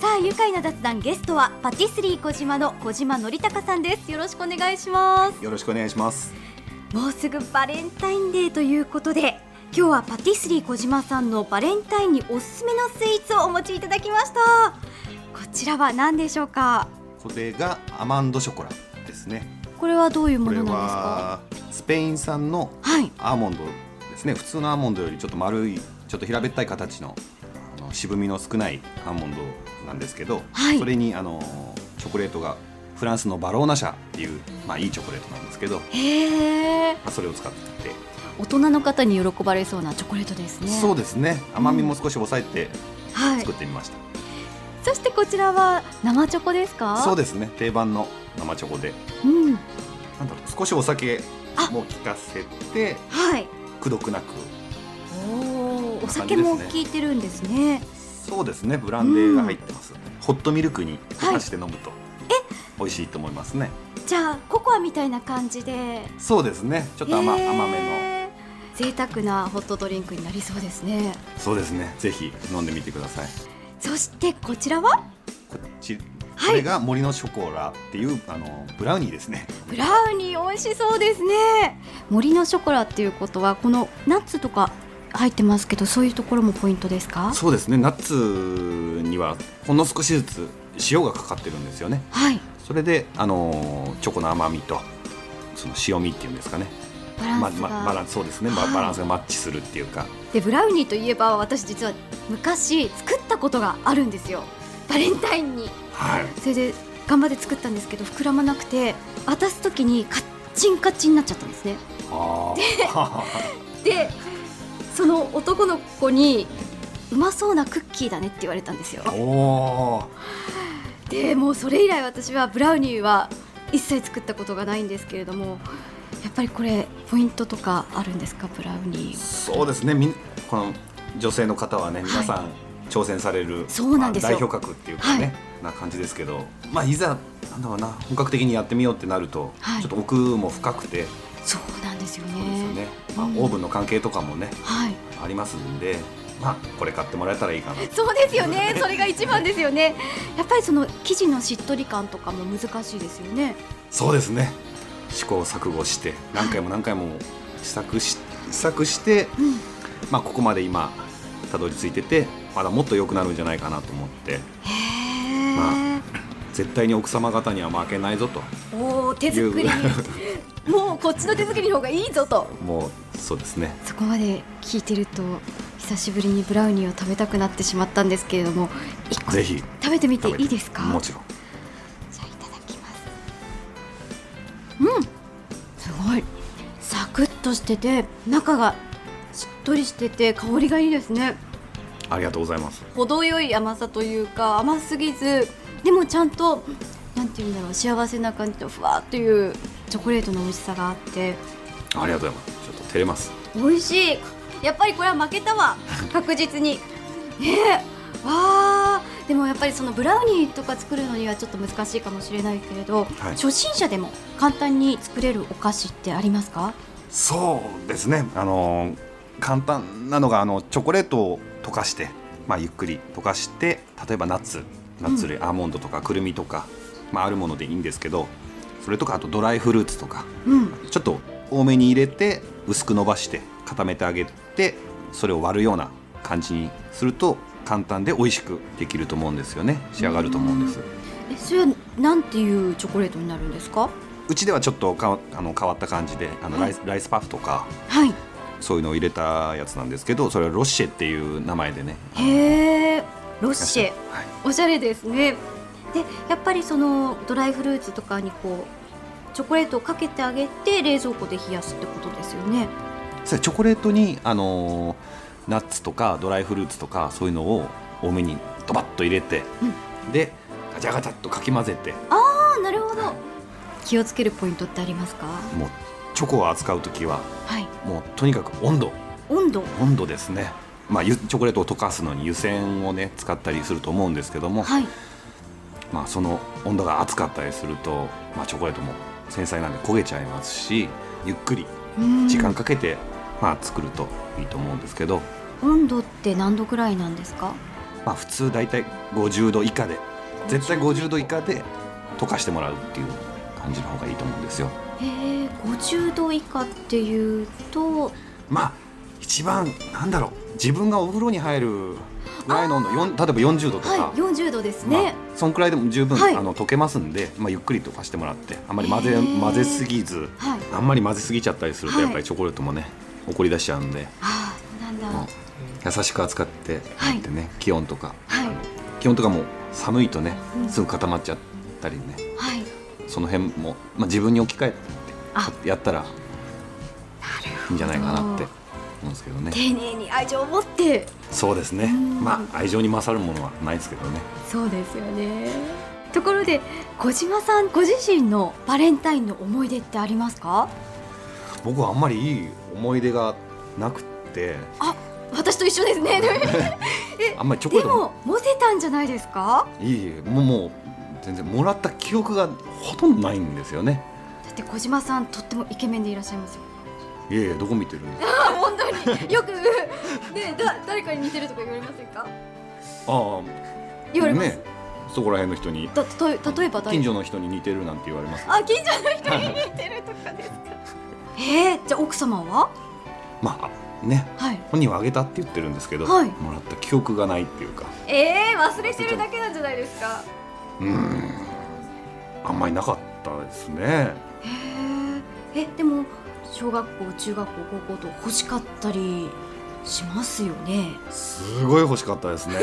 ー愉快な雑談ゲストはパティスリー小島の小島則隆さんですよろしくお願いしますよろしくお願いしますもうすぐバレンタインデーということで今日はパティスリー小島さんのバレンタインにおすすめのスイーツをお持ちいただきましたこちらは何でしょうかこれがアマンドショコラですねこれはどういうこもれのなんですかはスペイン産のはいアーモンドですね普通のアーモンドよりちょっと丸いちょっと平べったい形のあの渋みの少ないアーモンドなんですけど、はいそれにあのチョコレートがフランスのバローナ社っていう、まあ、いいチョコレートなんですけど、まへえあ、それを使って大人の方に喜ばれそうなチョコレートですねそうですね甘みも少し抑えてはい作ってみました、そしてこちらは生チョコですかそうでですね定番の生チョコですうんなんだろう少しお酒あも効かせてはいくどくなくおーおな感酒じですねも効いてるんですねそうですねブランデーが入ってます、ホットミルクにはい溶かして飲むと、美味しいと思いますねじゃあココアみたいな感じでそうですねちょっと甘,、へー甘め贅沢なホットドリンクになりそうですねのそうですねぜひ飲んでみてくださいそしてこちらはこっち、はいこれが森のショコラっていうあのブラウニーですねブラウニー美味しそうですね森のショコラっていうことはこのナッツとか入ってますけどそういうところもポイントですかそうですねナッツにはほんの少しずつ塩がかかってるんですよねはいそれであのチョコの甘みとその塩味っていうんですかねバランまスが、まバランスそうですね、ばはいバランスがマッチするっていうかでブラウニーといえば私実は昔作ったことがあるんですよバレンタインに はいそれで頑張って作ったんですけど膨らまなくて渡す時にカッチンカッチンになっちゃったんですねあーでその男の子にうまそうなクッキーだねって言われたんですよおーでもうそれ以来私はブラウニーは一切作ったことがないんですけれどもやっぱりこれポイントとかあるんですかブラウニーそうですねみんこの女性の方はねい皆さん、挑戦されるそうなんですよまあ代表格っていうかね、な感じですけど、まあ、いざなんだろうな本格的にやってみようってなると、はいちょっと奥も深くて、そうなんですよねそうですよねまあ、うオんーブンの関係とかもねはいありますんで、まあ、これ買ってもらえたらいいかなそうですよねそれが一番ですよねやっぱりその生地のしっとり感とかも難しいですよねそうですね試行錯誤して何回も何回も試作し試作して、うんまあ、ここまで今たどり着いててまだもっと良くなるんじゃないかなと思ってへえ、ま絶対に奥様方には負けないぞとおお手作りもうこっちの手作りの方がいいぞともうそうですねそこまで聞いてると久しぶりにブラウニーを食べたくなってしまったんですけれども一個ぜひ食べてみて食べいいですかもちろんじゃあいただきますうんすごいサクッとしてて中がしっとりしてて香りがいいですねありがとうございます程よい甘さというか甘すぎずでもちゃんとなんていうんだろう幸せな感じとふわっというチョコレートの美味しさがあってありがとうございますちょっと照れます美味しいやっぱりこれは負けたわ確実にねえわあでもやっぱりそのブラウニーとか作るのにはちょっと難しいかもしれないけれど、はい初心者でも簡単に作れるお菓子ってありますかそうですねあのー簡単なのがあのチョコレートを溶かして、まあ、ゆっくり溶かして例えばナッツナッツ類、アーモンドとかくるみとか、まあ、あるものでいいんですけどそれとかあとドライフルーツとかうんちょっと多めに入れて薄く伸ばして固めてあげてそれを割るような感じにすると簡単で美味しくできると思うんですよね仕上がると思うんですえそれはなんていうチョコレートになるんですかうちではちょっとかあの変わった感じであのライスライスパフとかはいそういうのを入れたやつなんですけどそれはロッシェっていう名前でねへえロッシェはい、おしゃれですねでやっぱりそのドライフルーツとかにこうチョコレートをかけてあげて冷蔵庫で冷やすってことですよねそれチョコレートにあのーナッツとかドライフルーツとかそういうのを多めにドバッと入れて、でガチャガチャっとかき混ぜてああなるほど気をつけるポイントってありますかもうチョコを扱う時ははいもうとにかく温度温度温度ですね、まあ、ゆチョコレートを溶かすのに湯煎をね使ったりすると思うんですけども、はいまあ、その温度が熱かったりすると、まあ、チョコレートも繊細なんで焦げちゃいますしゆっくりうん時間かけて、まあ、作るといいと思うんですけど、温度って何度ぐらいなんですかままあ、普通大体50度以下で絶対50度以下で溶かしてもらうっていう感じの方がいいと思うんですよ。えー、50度以下っていうとまあ一番なんだろう自分がお風呂に入るぐらいの温度よん例えば40度とか、はい40度ですまねあ、、そんくらいでも十分、はいあの溶けますんで、まあ、ゆっくり溶かしてもらってあんまり混へぜー混ぜすぎずはいあんまり混ぜすぎちゃったりするとはいやっぱりチョコレートもね、怒り出しちゃうんで、ああそうなんだ、もう優しく扱ってはいってね、気温とかはい気温とかも寒いとねうんすぐ固まっちゃったりねはいその辺も、まあ、自分に置き換あえてやったらいいんじゃないかなってなるほど思うんですけどね丁寧に愛情を持ってそうですねんまあ愛情に勝るものはないですけどねそうですよねところで小島さんご自身のバレンタインの思い出ってありますか僕はあんまりいい思い出がなくてあ私と一緒です ねあんまりチョコレでートももモテたんじゃないですかいいえもうもう全然もらった記憶がほとんどないんですよねだって小島さんとってもイケメンでいらっしゃいますよいえいえどこ見てるんですか あ本当によくねだ誰かに似てるとか言われませんかあ言あわれます、ねそこら辺の人にだと例えば誰近所の人に似てるなんて言われますあ近所の人に似てるとかですかえー、じゃあ奥様はまあねはい本人はあげたって言ってるんですけど、はいもらった記憶がないっていうかえー、忘れてるだけなんじゃないですかうーんあんまりなかったですねへええでも小学校中学校高校と欲しかったりしますよねすごい欲しかっ たですね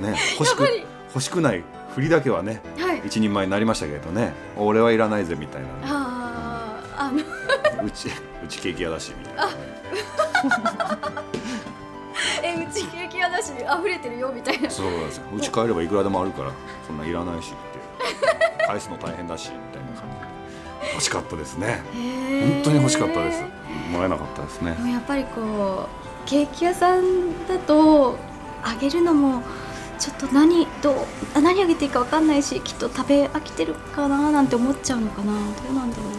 ね欲しくやっぱり欲しくない振りだけはねはい一人前になりましたけどね俺はいらないぜみたいなあーあのうちうちケーキ屋だしみたいなえうちケーキ屋だし溢れてるよみたいなそうなんですようち帰ればいくらでもあるからそんないらないしって返すの大変だしみたいな感じで欲しかったですね本本当に欲しかったですもらえなかったですねでもやっぱりこうケーキ屋さんだとあげるのもちょっと何どうあ何あげていいかわかんないしきっと食べ飽きてるかななんて思っちゃうのかなどうなんだろう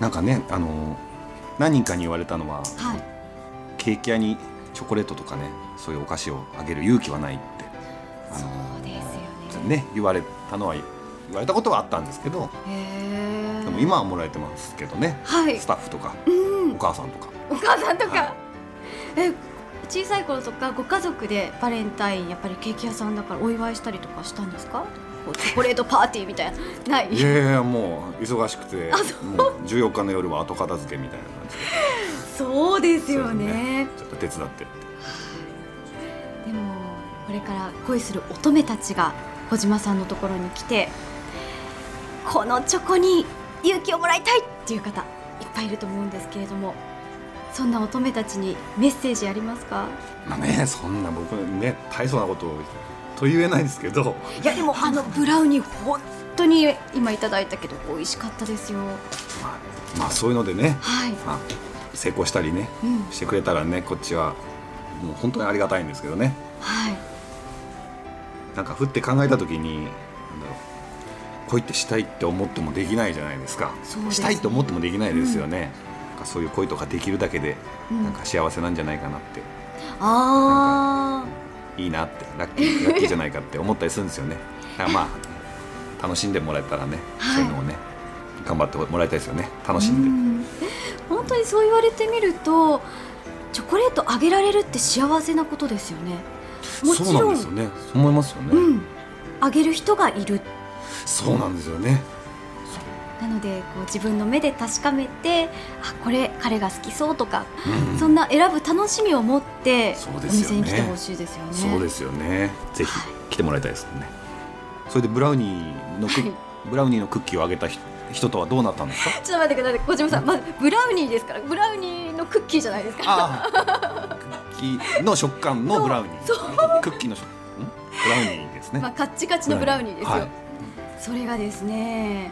なんかねあの何人かに言われたのははいケーキ屋にチョコレートとかねそういうお菓子をあげる勇気はないってあそのうですよねね言われたのは言われたことはあったんですけどへえでも今はもらえてますけどね はいスタッフとかうんお母さんとかお母さんとか、はえ小さい頃とかご家族でバレンタインやっぱりケーキ屋さんだからお祝いしたりとかしたんですかこうチョコレートパーティーみたいなないいやいやもう忙しくてあもう14日の夜は後片付けみたいな感じでそうですよねちょっと手伝ってでもこれから恋する乙女たちが小島さんのところに来てこのチョコに勇気をもらいたいっていう方いっぱいいると思うんですけれどもそんな乙女たちにメッセージありますかまあねそんな僕ね大層なことをと言えないですけどいやでもあのブラウニー本当に今いただいたけど美味しかったですよまあ、まあそういうのでね、はい、まあ、成功したりねうん、してくれたらねこっちはもう本当にありがたいんですけどねはい、なんかふって考えた時になんだろう恋ってしたいって思ってもできないじゃないですかそうですしたいと思ってもできないですよね、なんかそういう恋とかできるだけでうんなんか幸せなんじゃないかなって、あいいなってラッキー ラッキーじゃないかって思ったりするんですよねだからまあ楽しんでもらえたらね、はいそういうのをね頑張ってもらいたいですよねー楽しんで、うん本当にそう言われてみるとチョコレートあげられるって幸せなことですよねもちそうなろんんですよねそう思いますよね、うんあげる人がいるそうなんですよねなのでこう自分の目で確かめてあこれ彼が好きそうとか、うんそんな選ぶ楽しみを持ってそおうですよ店ねに来てほしいですよねそうですよね。ぜひ来てもらいたいですね。それでブラウニーのクッ、はいブラウニーのクッキーをあげた人人とはどうなったんですか？ちょっと待ってください小島さんまずブラウニーですからブラウニーのクッキーじゃないですかああ、クッキーの食感のブラウニー。そうクッキーの食、ん？ブラウニーですね。まあ、カッチカチのブラウニーですよ、はいそれがですね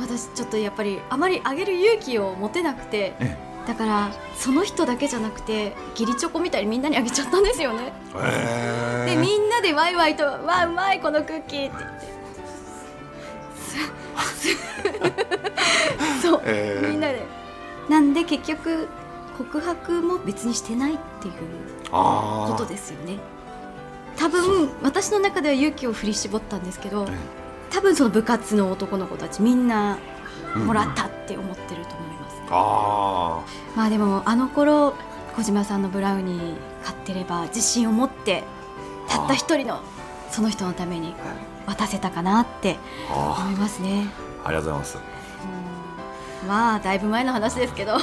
私ちょっとやっぱりあまりあげる勇気を持てなくてえだからその人だけじゃなくて義理チョコみたいにみんなにあげちゃったんですよねえでみんなでワイワイと「わうまいこのクッキー」って言って すすそう、えーみんなでなんで結局告白も別にしてないっていうああことですよね多分私の中では勇気を振り絞ったんですけど多分その部活の男の子たちみんなもらったって思ってると思います、あまあでもあの頃小島さんのブラウニー買ってれば自信を持ってたった一人のその人のために渡せたかなってー思あいますねーありがとうございますまあだいぶ前の話ですけど